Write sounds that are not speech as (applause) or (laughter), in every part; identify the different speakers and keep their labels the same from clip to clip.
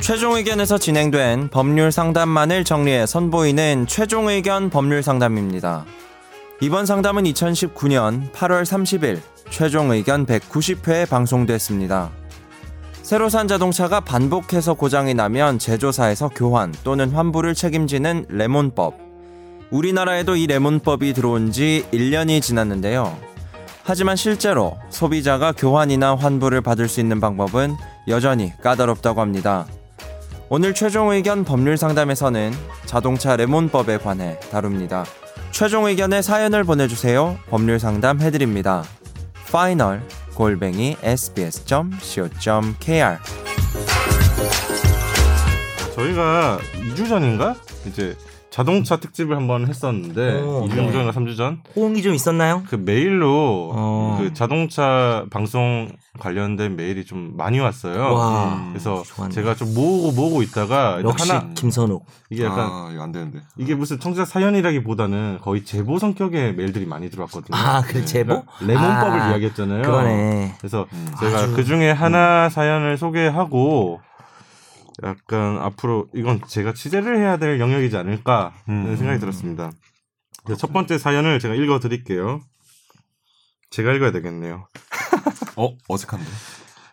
Speaker 1: 최종 의견에서 진행된 법률 상담만을 정리해 선보이는 최종 의견 법률 상담입니다. 이번 상담은 2019년 8월 30일 최종 의견 190회에 방송됐습니다. 새로 산 자동차가 반복해서 고장이 나면 제조사에서 교환 또는 환불을 책임지는 레몬법. 우리나라에도 이 레몬법이 들어온 지 1년이 지났는데요. 하지만 실제로 소비자가 교환이나 환불을 받을 수 있는 방법은 여전히 까다롭다고 합니다. 오늘 최종 의견 법률 상담에서는 자동차 레몬법에 관해 다룹니다. 최종 의견의 사연을 보내주세요. 법률 상담 해드립니다. 파이널 골뱅이 sbs.co.kr
Speaker 2: 저희가 2주 전인가 이제 자동차 특집을 한번 했었는데
Speaker 3: 오,
Speaker 2: 2주
Speaker 3: 네.
Speaker 2: 전인가 3주 전 그
Speaker 3: 호응이 좀 있었나요?
Speaker 2: 메일로
Speaker 3: 어.
Speaker 2: 그 자동차 방송 관련된 메일이 좀 많이 왔어요.
Speaker 3: 와,
Speaker 2: 음, 그래서
Speaker 3: 좋았네.
Speaker 2: 제가 좀 모으고 모으고 있다가 이제
Speaker 3: 역시
Speaker 2: 하나
Speaker 3: 김선욱.
Speaker 2: 이게 약간
Speaker 4: 아, 이거 안 되는데.
Speaker 2: 이게 무슨 청자 사연이라기보다는 거의 제보 성격의 메일들이 많이 들어왔거든요.
Speaker 3: 아, 그 제보?
Speaker 2: 그러니까 레몬법을
Speaker 3: 아,
Speaker 2: 이야기했잖아요.
Speaker 3: 그거네.
Speaker 2: 그래서
Speaker 4: 음.
Speaker 2: 제가
Speaker 3: 아주- 음.
Speaker 2: 그 중에 하나 사연을 소개하고 약간 앞으로 이건 제가 취재를 해야 될 영역이지 않을까 하는
Speaker 4: 음.
Speaker 2: 생각이 들었습니다. 그래서 첫 번째 사연을 제가 읽어드릴게요. 제가 읽어야 되겠네요.
Speaker 4: 어 어색한데.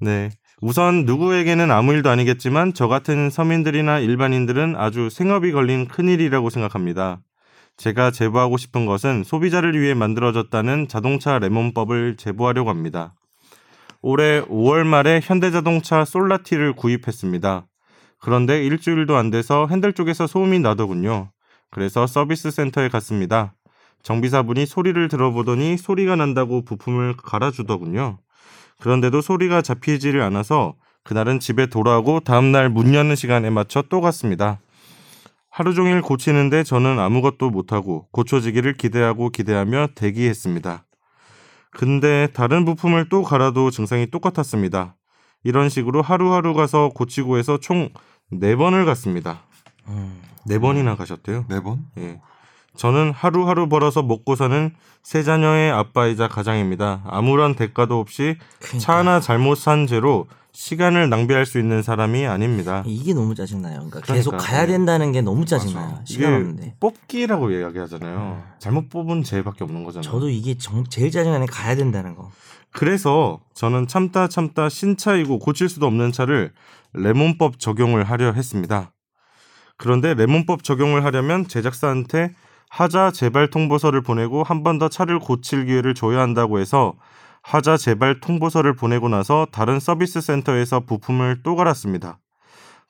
Speaker 2: 네. 우선 누구에게는 아무 일도 아니겠지만 저 같은 서민들이나 일반인들은 아주 생업이 걸린 큰일이라고 생각합니다. 제가 제보하고 싶은 것은 소비자를 위해 만들어졌다는 자동차 레몬법을 제보하려고 합니다. 올해 5월 말에 현대자동차 솔라티를 구입했습니다. 그런데 일주일도 안 돼서 핸들 쪽에서 소음이 나더군요. 그래서 서비스 센터에 갔습니다. 정비사분이 소리를 들어보더니 소리가 난다고 부품을 갈아주더군요. 그런데도 소리가 잡히지를 않아서 그날은 집에 돌아오고 다음날 문 여는 시간에 맞춰 또 갔습니다. 하루 종일 고치는데 저는 아무것도 못하고 고쳐지기를 기대하고 기대하며 대기했습니다. 근데 다른 부품을 또 갈아도 증상이 똑같았습니다. 이런 식으로 하루하루 가서 고치고 해서 총 4번을 갔습니다.
Speaker 3: 음.
Speaker 2: 4번이나 가셨대요.
Speaker 4: 네 번?
Speaker 2: 예. 저는 하루하루 벌어서 먹고 사는 세 자녀의 아빠이자 가장입니다. 아무런 대가도 없이
Speaker 3: 그러니까.
Speaker 2: 차 하나 잘못 산 죄로 시간을 낭비할 수 있는 사람이 아닙니다.
Speaker 3: 이게 너무 짜증나요. 그러니까, 계속
Speaker 2: 그러니까,
Speaker 3: 가야
Speaker 2: 네.
Speaker 3: 된다는 게 너무 짜증나요.
Speaker 4: 맞아.
Speaker 3: 시간
Speaker 2: 이게
Speaker 3: 없는데.
Speaker 2: 뽑기라고 이야기하잖아요. 잘못 뽑은 죄밖에 없는 거잖아요.
Speaker 3: 네. 저도 이게 정, 제일 짜증나는 게 가야 된다는 거.
Speaker 2: 그래서 저는 참다 참다 신차이고 고칠 수도 없는 차를 레몬법 적용을 하려 했습니다. 그런데 레몬법 적용을 하려면 제작사한테 하자 재발 통보서를 보내고 한 번 더 차를 고칠 기회를 줘야 한다고 해서 하자 재발 통보서를 보내고 나서 다른 서비스 센터에서 부품을 또 갈았습니다.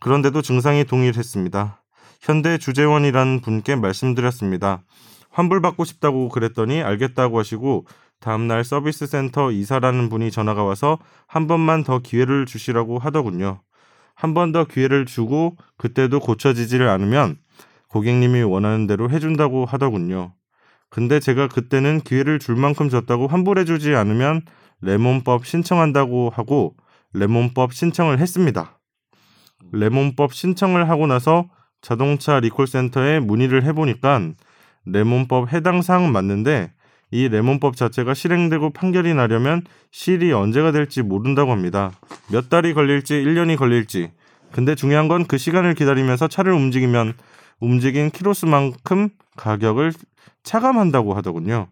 Speaker 2: 그런데도 증상이 동일했습니다. 현대 주재원이라는 분께 말씀드렸습니다. 환불받고 싶다고 그랬더니 알겠다고 하시고 다음날 서비스 센터 이사라는 분이 전화가 와서 한 번만 더 기회를 주시라고 하더군요. 한 번 더 기회를 주고 그때도 고쳐지지를 않으면 고객님이 원하는 대로 해준다고 하더군요. 근데 제가 그때는 기회를 줄 만큼 줬다고 환불해주지 않으면 레몬법 신청한다고 하고 레몬법 신청을 했습니다. 레몬법 신청을 하고 나서 자동차 리콜센터에 문의를 해보니까 레몬법 해당 사항은 맞는데 이 레몬법 자체가 실행되고 판결이 나려면 실이 언제가 될지 모른다고 합니다. 몇 달이 걸릴지 1년이 걸릴지. 근데 중요한 건 그 시간을 기다리면서 차를 움직이면 움직인 키로수만큼 가격을 차감한다고 하더군요.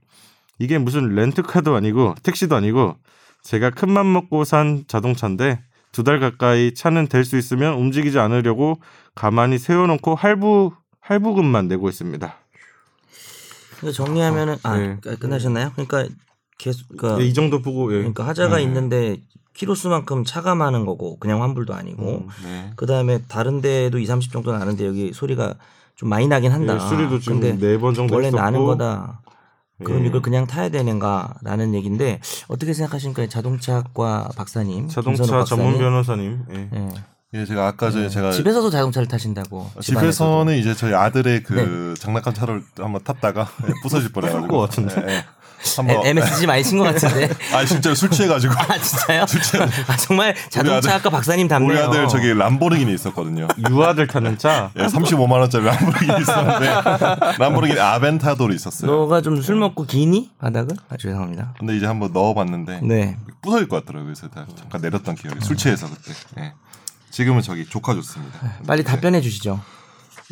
Speaker 2: 이게 무슨 렌트카도 아니고 택시도 아니고 제가 큰 맘 먹고 산 자동차인데 두 달 가까이 차는 될 수 있으면 움직이지 않으려고 가만히 세워놓고 할부 할부금만 내고 있습니다.
Speaker 3: 그러니까 정리하면은, 아,
Speaker 2: 네.
Speaker 3: 그러니까 끝나셨나요? 그러니까, 계속, 그러니까,
Speaker 2: 예, 이 정도 보고 예.
Speaker 3: 그러니까 하자가
Speaker 4: 네.
Speaker 3: 있는데, 키로수만큼 차감하는 거고, 그냥 환불도 아니고,
Speaker 2: 음.
Speaker 4: 네.
Speaker 3: 그 다음에 다른 데도 2, 30 정도 나는데, 여기 소리가 좀 많이 나긴 한다.
Speaker 2: 예, 수리도 지금
Speaker 3: 근데
Speaker 2: 네 번 정도
Speaker 3: 원래
Speaker 2: 했었고
Speaker 3: 나는 거다. 그럼
Speaker 2: 예.
Speaker 3: 이걸 그냥 타야 되는가라는 얘기인데 어떻게 생각하십니까? 자동차학과 박사님, 김선욱
Speaker 2: 자동차
Speaker 3: 박사님.
Speaker 2: 전문 변호사님 예.
Speaker 3: 예.
Speaker 4: 예, 제가 아까 전에 제가
Speaker 3: 집에서도 자동차를 타신다고.
Speaker 2: 아,
Speaker 3: 집안에서도.
Speaker 4: 집에서는 이제 저희 아들의 그 장난감 차를 한번 탔다가 예, (laughs) 부서질 뻔해가지고.
Speaker 2: 것 같은데.
Speaker 4: 예, 예. 한번.
Speaker 2: 뭐.
Speaker 3: 에- MSG 많이 친 것 같은데.
Speaker 2: (laughs)
Speaker 4: 아 진짜 술 취해가지고.
Speaker 3: 아 진짜요? 아 정말 자동차학과 박사님 답네요.
Speaker 4: 우리 아들 저기 람보르기니 있었거든요.
Speaker 2: 유아들 타는
Speaker 3: (laughs)
Speaker 2: 차
Speaker 4: 예, 35만 원짜리 람보르기니 (laughs) 있었는데 람보르기니 아벤타도르 있었어요.
Speaker 3: 너가 좀 술 먹고 기니 바닥을? 아 죄송합니다.
Speaker 4: 근데 이제 한번 넣어봤는데
Speaker 3: 네.
Speaker 4: 네. 부서질 것 같더라고요. 그래서 다 잠깐 내렸던 기억이. 술 취해서 그때. 예. 지금은 저기 조카 좋습니다.
Speaker 3: 빨리
Speaker 4: 네.
Speaker 3: 답변해 주시죠.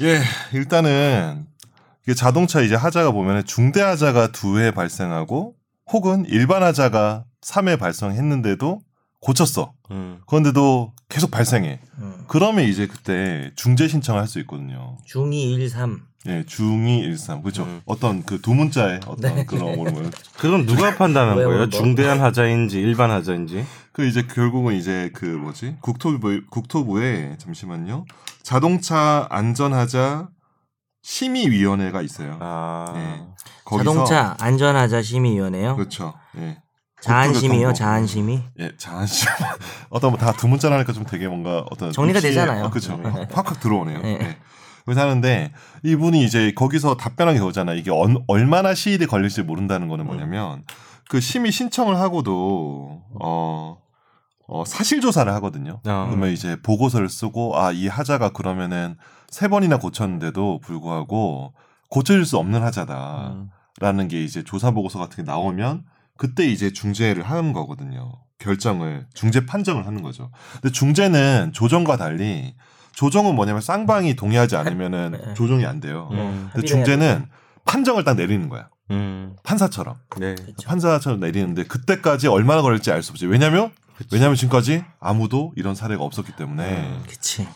Speaker 4: 예, 일단은 이게 자동차 이제 하자가 보면 중대 하자가 두 회 발생하고 혹은 일반 하자가 3회 발생했는데도 고쳤어.
Speaker 2: 음.
Speaker 4: 그런데도 계속 발생해.
Speaker 3: 음.
Speaker 4: 그러면 이제 그때 중재 신청을 할 수 있거든요.
Speaker 3: 중2 1 3
Speaker 4: 예, 중이 일삼. 그죠?
Speaker 2: 음.
Speaker 4: 어떤 그 두 문자의 어떤
Speaker 3: 네.
Speaker 4: 그런 오름을.
Speaker 2: 그럼 누가 판단한
Speaker 3: 왜, 왜,
Speaker 2: 거예요?
Speaker 3: 뭐.
Speaker 2: 중대한 하자인지 일반 하자인지?
Speaker 4: 그 이제 결국은 이제 그 뭐지? 국토부 국토부에 잠시만요. 자동차 안전하자 심의 위원회가 있어요.
Speaker 2: 아.
Speaker 4: 예. 거기서
Speaker 3: 자동차 안전하자 심의위원회요.
Speaker 4: 그렇죠. 예.
Speaker 3: 자한심의요.
Speaker 4: 국토교통부.
Speaker 3: 자한심의.
Speaker 4: 예, 자한심. (laughs) 어떤 뭐 다 두 문자로 하니까 좀 되게 뭔가 어떤
Speaker 3: 정리가
Speaker 4: 입시에-
Speaker 3: 되잖아요.
Speaker 4: 어, 그렇죠. 확확 들어오네요.
Speaker 3: 네.
Speaker 4: 예. 그래서 하는데 이분이 이제 거기서 답변한 게 오잖아. 이게 언- 얼마나 시일이 걸릴지 모른다는 거는 뭐냐면 그 심의 신청을 하고도 어, 어 사실 조사를 하거든요.
Speaker 2: 아.
Speaker 4: 그러면 이제 보고서를 쓰고 아 이 하자가 그러면은 세 번이나 고쳤는데도 불구하고 고쳐질 수 없는 하자다.
Speaker 2: 음.
Speaker 4: 라는 게 이제 조사 보고서 같은 게 나오면 그때 이제 중재를 하는 거거든요. 결정을 중재 판정을 하는 거죠. 근데 중재는 조정과 달리 조정은 뭐냐면 쌍방이 동의하지 않으면은
Speaker 3: 네.
Speaker 4: 조정이 안 돼요.
Speaker 2: 음.
Speaker 4: 근데
Speaker 3: 합의를
Speaker 4: 중재는 판정을 딱 내리는 거야.
Speaker 2: 음.
Speaker 4: 판사처럼
Speaker 2: 네.
Speaker 4: 판사처럼 내리는데 그때까지 얼마나 걸릴지 알 수 없지. 왜냐면 왜냐면 지금까지 아무도 이런 사례가 없었기 때문에
Speaker 2: 음.
Speaker 3: 그치.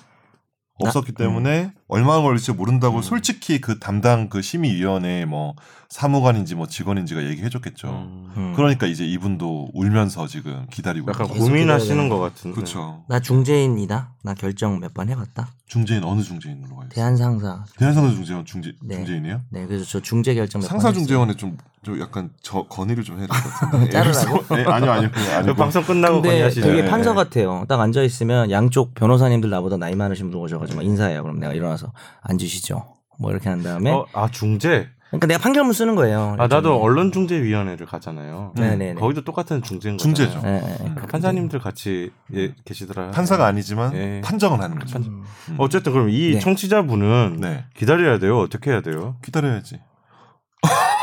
Speaker 4: 없었기
Speaker 3: 네. 나-
Speaker 4: 때문에 얼마나 걸릴지 모른다고
Speaker 2: 음.
Speaker 4: 솔직히 그 담당 그 심의위원회 뭐 사무관인지 뭐 직원인지가 얘기해줬겠죠.
Speaker 2: 음.
Speaker 3: 음.
Speaker 4: 그러니까 이제 이분도 울면서 지금 기다리고
Speaker 2: 약간
Speaker 4: 있는
Speaker 3: 계속
Speaker 2: 고민하시는
Speaker 3: 기다려야
Speaker 2: 것 같은데.
Speaker 4: 그렇죠.
Speaker 3: 나 중재인이다. 나 결정 몇 번 해봤다.
Speaker 4: 중재인 어느 중재인으로 가요?
Speaker 3: 대한상사.
Speaker 4: 대한상사 중재원 중재
Speaker 3: 네.
Speaker 4: 중재인이에요?
Speaker 3: 네, 그래서 저 중재 결정 몇 번
Speaker 4: 상사
Speaker 3: 했어요.
Speaker 4: 중재원에 좀, 좀 약간 저 건의를 좀 해야 될 것 같은데.
Speaker 3: 자르라고?
Speaker 4: 예, 아니요 아니요 그냥
Speaker 2: 그
Speaker 4: 아니고.
Speaker 2: 방송 끝나고
Speaker 3: 네. 근데
Speaker 2: 건의하시죠.
Speaker 3: 되게
Speaker 4: 네.
Speaker 3: 판사 같아요. 딱 앉아 있으면 양쪽 변호사님들 나보다 나이 많으신 분 오셔가지고 막 인사해요. 그럼 내가 일어나서 앉으시죠. 뭐 이렇게 한 다음에
Speaker 2: 어, 아 중재.
Speaker 3: 그러니까 내가 판결문 쓰는 거예요.
Speaker 2: 아 나도 언론중재위원회를 가잖아요.
Speaker 3: 네네네.
Speaker 2: 거기도 똑같은 중재인 거잖아요.
Speaker 4: 중재죠.
Speaker 3: 예, 예.
Speaker 4: 음.
Speaker 2: 아, 판사님들 같이 예, 계시더라.
Speaker 4: 판사가 아니지만
Speaker 2: 예.
Speaker 4: 판정을 하는 거죠.
Speaker 3: 음.
Speaker 4: 음.
Speaker 2: 어쨌든 그럼 이
Speaker 3: 네.
Speaker 2: 청취자분은
Speaker 4: 네
Speaker 2: 기다려야 돼요. 어떻게 해야 돼요?
Speaker 4: 기다려야지.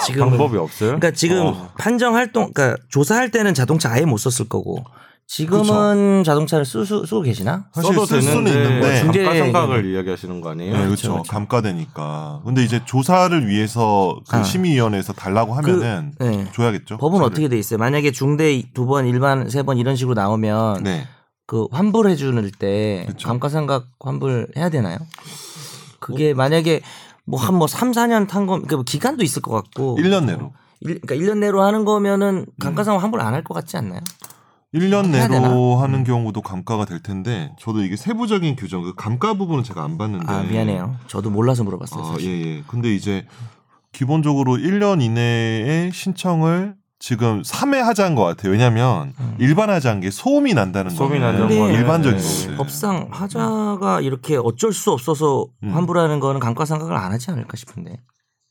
Speaker 3: 지금은
Speaker 2: 방법이 없어요.
Speaker 3: 그러니까 지금
Speaker 2: 어.
Speaker 3: 판정 활동, 그러니까 조사할 때는 자동차 아예 못 썼을 거고 지금은 자동차를 쓰, 쓰, 쓰고 계시나?
Speaker 4: 사실
Speaker 2: 써도
Speaker 4: 쓸 수는
Speaker 2: 되는데
Speaker 4: 있는데
Speaker 3: 중재-
Speaker 2: 감가 생각을 이야기하시는 거 아니에요?
Speaker 4: 네, 그렇죠.
Speaker 3: 그렇죠, 그렇죠.
Speaker 4: 감가되니까. 근데 이제 조사를 위해서 그
Speaker 3: 아.
Speaker 4: 심의위원회에서 달라고 하면은
Speaker 3: 네.
Speaker 4: 줘야겠죠.
Speaker 3: 법은
Speaker 4: 저를.
Speaker 3: 어떻게 돼 있어요? 만약에 중대 두 번, 일반 세 번 이런 식으로 나오면
Speaker 4: 네.
Speaker 3: 그 환불해 주는 때
Speaker 4: 그쵸.
Speaker 3: 감가상각 환불해야 되나요? 그게 만약에 뭐 한 뭐 삼 사년 탄 거, 그 기간도 있을 것 같고
Speaker 4: 1년 내로. 음.
Speaker 3: 일- 그러니까 1년 내로 하는 거면은 감가상각 환불 안 할 것 같지 않나요?
Speaker 4: 1년
Speaker 3: 뭐 해야 되나? 음.
Speaker 4: 내로 하는 경우도 감가가 될 텐데 저도 이게 세부적인 규정 그 감가 부분은 제가 안 봤는데
Speaker 3: 아 미안해요. 저도 몰라서 물어봤어요.
Speaker 4: 아, 예,
Speaker 3: 사실.
Speaker 4: 예. 근데 이제 기본적으로 1년 이내에 신청을 지금 3회 하자인 것 같아요. 왜냐하면
Speaker 3: 음.
Speaker 4: 일반 하자인 게 소음이 난다는 거
Speaker 2: 소음이 난다는
Speaker 3: 거는
Speaker 4: 뭐 일반적인
Speaker 2: 네.
Speaker 4: 거거든.
Speaker 3: 법상 하자가 이렇게 어쩔 수 없어서
Speaker 4: 음.
Speaker 3: 환불하는 거는 감가상각을 안 하지 않을까 싶은데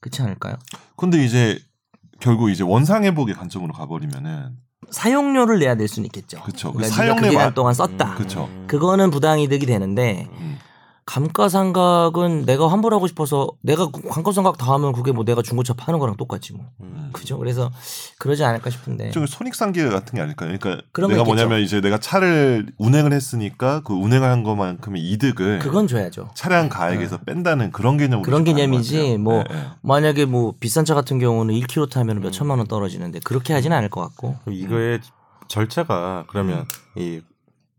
Speaker 3: 그렇지 않을까요?
Speaker 4: 근데 이제 결국 이제 원상 회복의 관점으로 가버리면은
Speaker 3: 사용료를 내야 될 수는 있겠죠.
Speaker 4: 그쵸. 그
Speaker 3: 그러니까
Speaker 4: 사용료
Speaker 3: 네가 그 기간
Speaker 4: 마-
Speaker 3: 동안 썼다.
Speaker 4: 음, 그쵸.
Speaker 3: 그거는 부당이득이 되는데
Speaker 4: 음.
Speaker 3: 감가상각은 내가 환불하고 싶어서 내가 그- 감가상각 다 하면 그게 뭐 내가 중고차 파는 거랑 똑같지 뭐.
Speaker 4: 음.
Speaker 3: 그죠? 그래서 그러지 않을까 싶은데.
Speaker 4: 좀 손익상계 같은 게 아닐까요? 그러니까
Speaker 3: 네. 그런 거
Speaker 4: 내가
Speaker 3: 있겠죠.
Speaker 4: 뭐냐면 이제 내가 차를 운행을 했으니까 그 운행을 한 것만큼의 이득을
Speaker 3: 그건 줘야죠.
Speaker 4: 차량 가액에서 뺀다는 그런 개념으로
Speaker 3: 네, 그런
Speaker 4: 좀 가는 것
Speaker 3: 개념이지,
Speaker 4: 같아요.
Speaker 3: 뭐.
Speaker 4: 예, 예.
Speaker 3: 만약에 뭐 비싼 차 같은 경우는 1km 타면 몇 천만 원 떨어지는데 그렇게 하진 않을 것 같고.
Speaker 2: 그럼 이거의 절차가 그러면
Speaker 3: 음.
Speaker 2: 이,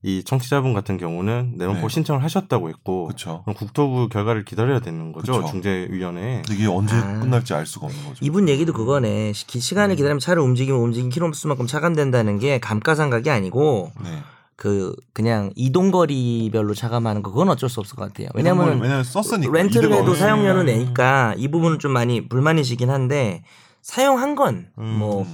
Speaker 2: 이 청취자분 같은 경우는 내문법
Speaker 4: 네.
Speaker 2: 신청을 하셨다고 했고
Speaker 4: 그렇죠.
Speaker 2: 그럼 국토부 결과를 기다려야 되는 거죠
Speaker 3: 그렇죠.
Speaker 4: 그쵸.
Speaker 2: 중재위원회.
Speaker 4: 이게 언제
Speaker 3: 아.
Speaker 4: 끝날지 알 수가 없는
Speaker 2: 그렇죠.
Speaker 4: 거죠.
Speaker 3: 이분 얘기도 그거네. 시-
Speaker 2: 음.
Speaker 3: 기- 시간을 기다리면 차를 움직이면 움직인 킬로수만큼 차감된다는 게 감가상각이 아니고
Speaker 4: 네.
Speaker 3: 그 그냥 이동 거리별로 차감하는 거 그건 어쩔 수 없을 것 같아요.
Speaker 2: 뭐
Speaker 3: 왜냐면
Speaker 4: 왜냐면 썼으니까
Speaker 3: 렌트를
Speaker 4: 이득을
Speaker 3: 해도
Speaker 4: 얻었으니까.
Speaker 2: 음.
Speaker 3: 사용료는 내니까 이 부분은 좀 많이 불만이시긴 한데 사용한 건 뭐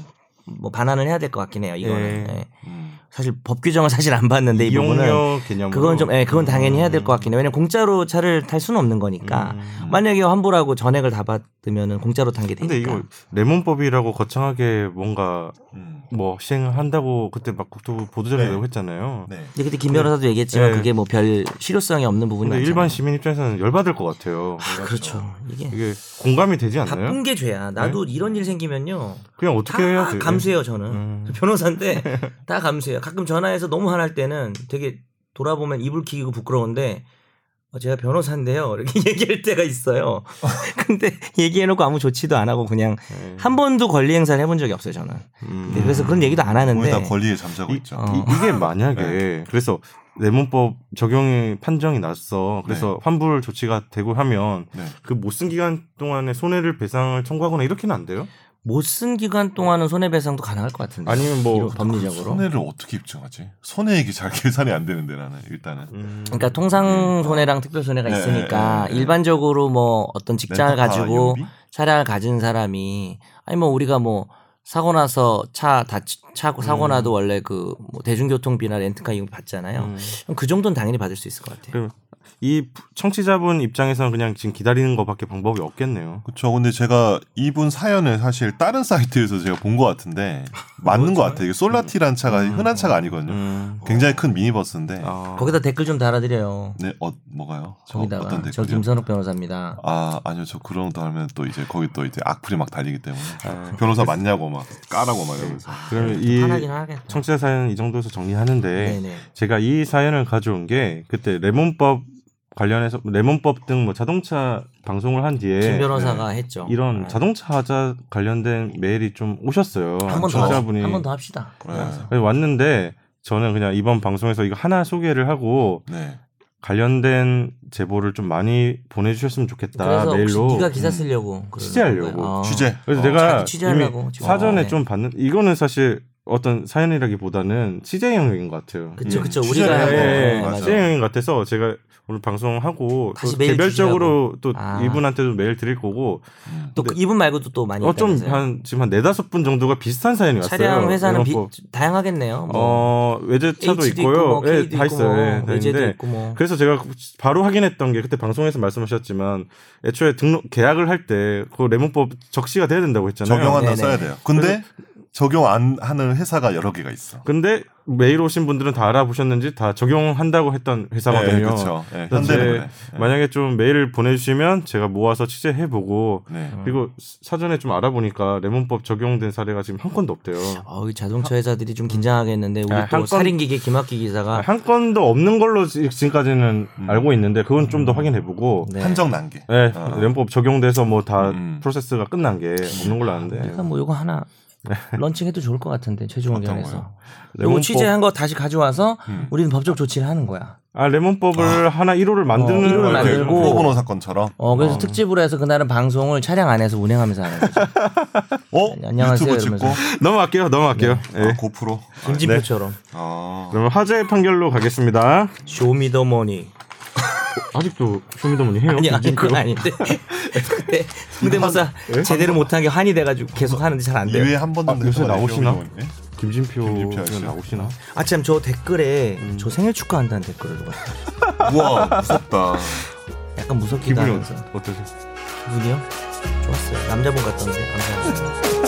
Speaker 3: 뭐 반환을 해야 될 것 같긴 해요. 이거는
Speaker 2: 음. 예.
Speaker 3: 예.
Speaker 4: 음.
Speaker 3: 사실 법 규정을 사실 안 봤는데 이 부분은
Speaker 2: 이용료 음. 개념.
Speaker 3: 그건 좀 예, 그건 당연히 해야 될 것 같긴 해요. 왜냐면 공짜로 차를 탈 수는 없는 거니까
Speaker 2: 음.
Speaker 3: 만약에 환불하고 전액을 다 받으면은 공짜로 탄 게 되니까.
Speaker 2: 근데 이거 레몬법이라고 거창하게 뭔가
Speaker 4: 음.
Speaker 2: 뭐 시행을 한다고 그때 막 국토부 보도자료
Speaker 4: 네.
Speaker 2: 내고 했잖아요.
Speaker 4: 네.
Speaker 3: 근데 그때 김 변호사도 얘기했지만
Speaker 2: 예.
Speaker 3: 그게 뭐 별 실효성이 없는
Speaker 2: 근데
Speaker 3: 부분이
Speaker 2: 일반 시민 입장에서는 열받을 것 같아요.
Speaker 3: 그렇죠. 이게
Speaker 2: 이게 공감이 되지 않나요?
Speaker 3: 바쁜 게 죄야. 나도 이런 일 생기면요.
Speaker 2: 그냥
Speaker 3: 다
Speaker 2: 어떻게 해야 돼?
Speaker 3: (laughs) 감수해요 저는
Speaker 2: 음. (laughs)
Speaker 3: 변호사인데 다 감수해요. 가끔 전화해서 너무 화날 때는 되게 돌아보면 이불킥이고 부끄러운데 어, 제가 변호사인데요. 이렇게 (laughs) 얘기할 때가
Speaker 2: (laughs)
Speaker 3: 있어요. 근데 얘기해놓고 아무 조치도 안 하고 그냥
Speaker 2: 예.
Speaker 3: 한 번도 권리 행사를 해본 적이 없어요 저는.
Speaker 2: 음.
Speaker 3: 네, 그래서 그런 얘기도 안
Speaker 4: 거의
Speaker 3: 하는데.
Speaker 4: 다 권리에 잠자고
Speaker 2: 이,
Speaker 4: 있죠.
Speaker 3: 네. 어.
Speaker 2: 게 만약에
Speaker 3: 네.
Speaker 2: 그래서 내문법 적용의 판정이 났어. 그래서
Speaker 3: 네.
Speaker 2: 환불 조치가 되고 하면
Speaker 4: 네.
Speaker 2: 그 못 쓴 기간 동안에 손해를 배상을 청구하거나 이렇게는 안 돼요?
Speaker 3: 못 쓴 기간 동안은 손해배상도 가능할 것 같은데.
Speaker 2: 아니면 뭐
Speaker 3: 음, 이런 법리적으로.
Speaker 4: (laughs) 손해를 어떻게 입증하지? 손해액이 잘 (laughs) 계산이 안 되는데 나는 일단은
Speaker 2: 음.
Speaker 3: 그러니까 통상 손해랑 특별 손해가
Speaker 4: 네,
Speaker 3: 있으니까
Speaker 4: 네, 네.
Speaker 3: 일반적으로 뭐 어떤 직장을
Speaker 4: 렌터카
Speaker 3: 가지고
Speaker 4: 이용비?
Speaker 3: 차량을 가진 사람이 아니 뭐 우리가 뭐 사고 나서 차 다치 차고 사고 나도 원래 그 뭐 대중교통비나 렌트카 이용 받잖아요.
Speaker 2: 음.
Speaker 3: 그럼 그 정도는 당연히 받을 수 있을 것 같아요.
Speaker 2: 그럼 이 청취자분 입장에서는 그냥 지금 기다리는 것밖에 방법이 없겠네요.
Speaker 4: 그렇죠. 근데 제가 이분 사연을 사실 다른 사이트에서 제가 본 것
Speaker 3: (laughs)
Speaker 4: 같은데 맞는 것 같아요. 이게 솔라티라는 차가 흔한 차가 아니거든요.
Speaker 2: 음.
Speaker 4: 굉장히 큰 미니버스인데
Speaker 2: 아.
Speaker 3: 거기다 댓글 좀 달아드려요.
Speaker 4: 네, 어, 뭐가요? 저
Speaker 3: 거기다가
Speaker 4: 어떤
Speaker 3: 저
Speaker 4: 댓글이요?
Speaker 3: 김선욱 변호사입니다.
Speaker 4: 아, 아니요. 저 그런 것도 하면 또 이제 거기 또 이제 악플이 막 달리기 때문에
Speaker 2: 아,
Speaker 4: 네. 변호사 맞냐고 막 까라고 막 이러면서
Speaker 2: 그러면 이
Speaker 3: 화나긴 하겠다.
Speaker 2: 청취자 사연 이 정도에서 정리하는데
Speaker 3: 네네.
Speaker 2: 제가 이 사연을 가져온 게 그때 레몬법 관련해서 레몬법 등 뭐 자동차 방송을 한
Speaker 3: 김
Speaker 2: 뒤에
Speaker 3: 변호사가 했죠.
Speaker 2: 네. 이런
Speaker 3: 아.
Speaker 2: 자동차 하자 관련된 메일이 좀 오셨어요.
Speaker 3: 한번더 하-
Speaker 2: 청취자분이
Speaker 3: 한번 더 합시다.
Speaker 4: 네.
Speaker 2: 그래서 왔는데 저는 그냥 이번 방송에서 이거 하나 소개를 하고
Speaker 4: 네.
Speaker 2: 관련된 제보를 좀 많이 보내주셨으면 좋겠다
Speaker 3: 그래서 혹시
Speaker 2: 메일로. 음.
Speaker 3: 네가 기사 쓰려고 그러는
Speaker 2: 취재하려고.
Speaker 3: 거예요? 어.
Speaker 4: 취재.
Speaker 2: 그래서
Speaker 4: 어,
Speaker 2: 내가
Speaker 3: 자기 취재하려고
Speaker 2: 이미
Speaker 3: 지금.
Speaker 2: 사전에
Speaker 3: 어, 네.
Speaker 2: 좀 봤는 이거는 사실 어떤 사연이라기보다는 취재 영역인 것 같아요.
Speaker 3: 그쵸
Speaker 4: 음,
Speaker 3: 그쵸
Speaker 4: 취재를
Speaker 3: 우리가 뭐.
Speaker 4: 해야
Speaker 2: 예,
Speaker 4: 네,
Speaker 2: 예,
Speaker 4: 맞아요.
Speaker 2: 맞아요. 영인 같아서 제가 오늘 방송하고 또
Speaker 3: 다시 메일
Speaker 2: 개별적으로 또
Speaker 3: 아.
Speaker 2: 이분한테도 메일 드릴 거고
Speaker 4: 음.
Speaker 3: 또
Speaker 2: 근데-
Speaker 3: 이분 말고도 또 많이
Speaker 2: 네. 어 좀
Speaker 3: 있다면서요.
Speaker 2: 한 지금 한 네다섯 분 정도가 비슷한 사연이 왔어요.
Speaker 3: 차량 회사는 비,
Speaker 2: 그래갖고,
Speaker 3: 다양하겠네요. 뭐
Speaker 2: 어 외제차도
Speaker 3: H도
Speaker 2: 있고요.
Speaker 3: 뭐
Speaker 2: 예,
Speaker 3: K도
Speaker 2: 다
Speaker 3: 있고
Speaker 2: 있어요. 예,
Speaker 3: 뭐
Speaker 2: 다
Speaker 3: 외제도
Speaker 2: 있는데
Speaker 3: 있고 뭐
Speaker 2: 그래서 제가 바로 확인했던 게 그때 방송에서 말씀하셨지만 애초에 등록 계약을 할 때 그 레몬법 적시가 돼야 된다고 했잖아요.
Speaker 3: 네네.
Speaker 4: 적용한다 써야 돼요. 근데 적용 안 하는 회사가 여러 개가 있어.
Speaker 2: 근데 메일 오신 분들은 다 알아보셨는지 다 적용한다고 했던 회사거든요.
Speaker 4: 네, 그렇죠. 네,
Speaker 2: 그래서
Speaker 4: 현대는
Speaker 2: 이제
Speaker 4: 그래. 네.
Speaker 2: 만약에 좀 메일을 보내주시면 제가 모아서 취재해보고
Speaker 4: 네.
Speaker 2: 그리고 스- 사전에 좀 알아보니까 레몬법 적용된 사례가 지금 한 건도 없대요.
Speaker 3: 어, 이 자동차 회사들이 좀 긴장하겠는데 우리
Speaker 2: 아,
Speaker 3: 또
Speaker 2: 한 건- 아,
Speaker 3: 살인기계 김학기 기사가
Speaker 2: 한 건도 없는 걸로 지- 지금까지는
Speaker 4: 음.
Speaker 2: 알고 있는데 그건 좀 더 확인해보고
Speaker 3: 네.
Speaker 4: 한정 난게.
Speaker 2: 네,
Speaker 4: 아.
Speaker 2: 레몬법 적용돼서 뭐 다
Speaker 4: 음. 네.
Speaker 2: 프로세스가 끝난 게 없는 걸로 아는데
Speaker 3: 그러니까 뭐 요거 하나 런칭해도 좋을 것 같은데 최종
Speaker 4: 어떤
Speaker 3: 의견에서
Speaker 4: 거요?
Speaker 3: 요거
Speaker 2: 네. 레몬법-
Speaker 3: 취재한 거 다시 가져와서
Speaker 4: 음.
Speaker 3: 우리는 법적 조치를 하는 거야.
Speaker 2: 아 레몬법을 하나 1호를 만드는
Speaker 3: 일호를
Speaker 2: 걸로 알고
Speaker 3: 만들고
Speaker 2: 있고.
Speaker 4: 프로보노 사건처럼.
Speaker 3: 어 그래서 특집으로 해서 그날은 방송을 차량 안에서 운행하면서
Speaker 2: (laughs)
Speaker 3: 하는 거죠.
Speaker 2: 아,
Speaker 4: 어?
Speaker 3: 네, 안녕하세요,
Speaker 4: 유튜브 찍고
Speaker 3: 이러면서.
Speaker 2: 넘어갈게요 넘어갈게요 예.
Speaker 4: 아, 고프로.
Speaker 3: 김진표처럼
Speaker 4: 아,
Speaker 2: 그러면 화재 판결로 가겠습니다
Speaker 3: 쇼미더머니
Speaker 2: 아직도 쇼미더머니 해요?
Speaker 3: 아니 아니
Speaker 2: 요즘
Speaker 3: 그건
Speaker 2: 그거?
Speaker 3: 아닌데 그때 성대모사 제대로 못한 게 환이 돼가지고 계속 하는데 잘 안
Speaker 4: 이외에
Speaker 3: 돼요.
Speaker 4: 한 번도
Speaker 2: 아, 요새 나오시나?
Speaker 4: 네.
Speaker 2: 김진표
Speaker 4: 김진표
Speaker 2: 의원
Speaker 4: 아저씨.
Speaker 2: 나오시나?
Speaker 3: 아참 저 댓글에 저 생일 축하한다는 댓글을 누가
Speaker 4: 우와 무섭다.
Speaker 3: 약간 무섭기도
Speaker 2: 기분이
Speaker 3: 하면서
Speaker 2: 어떠- 어떠세요?
Speaker 3: 기분이요? 좋았어요. 남자분 같던데 감사합니다.